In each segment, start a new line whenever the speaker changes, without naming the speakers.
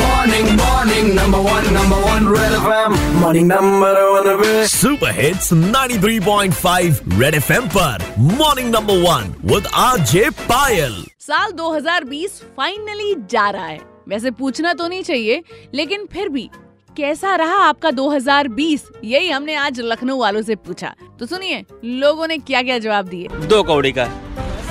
Morning, morning, number one, number one, Red FM. Morning, number one, Red.
Super hits 93.5 red FM पर morning number one with RJ Payal
साल 2020 finally जा रहा है वैसे पूछना तो नहीं चाहिए लेकिन फिर भी कैसा रहा आपका 2020 यही हमने आज लखनऊ वालों से पूछा तो सुनिए लोगों ने क्या क्या जवाब दिए
दो कौड़ी का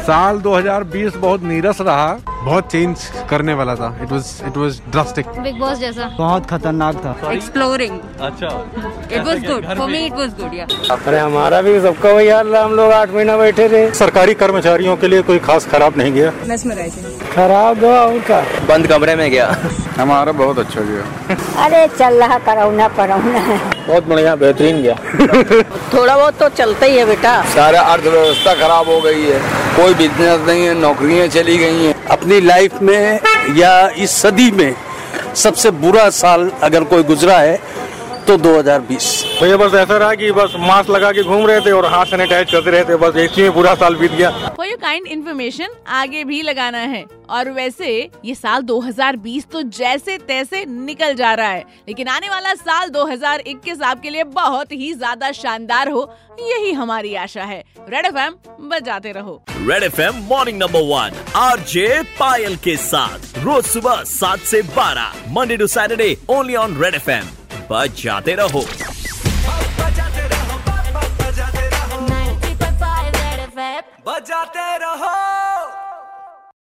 साल 2020 बहुत नीरस रहा बहुत चेंज करने वाला था it was it was drastic
big boss जैसा
बहुत खतरनाक था
एक्सप्लोरिंग
अच्छा
it was good for me it was good या
सरकारी कर्मचारियों के लिए कोई खास खराब नहीं गया
बंद कमरे में गया
हमारा बहुत अच्छा गया
अरे चल रहा करोना परोना
बहुत बढ़िया बेहतरीन गया
थोड़ा बहुत तो चलता ही है बेटा
सारा अर्थव्यवस्था खराब हो गई है कोई बिजनेस नहीं है नौकरियां चली गई हैं
अपनी लाइफ में या इस सदी में सबसे बुरा साल अगर कोई गुजरा है तो 2020
तो ये बस ऐसा रहा कि बस मास्क लगा के घूम रहे थे और हाथ सैनिटाइज करते रहे थे बस इसी में पूरा साल बीत गया
फॉर योर काइंड इन्फॉर्मेशन आगे भी लगाना है और वैसे ये साल 2020 तो जैसे तैसे निकल जा रहा है लेकिन आने वाला साल 2021 आपके लिए बहुत ही ज्यादा शानदार हो यही हमारी आशा है रेड एफएम बजाते रहो
red FM morning number one RJ Payal के साथ रोज सुबह 7 से 12 Monday to Saturday only on red FM बजाते रहो
बजाते रहो
बजाते रहो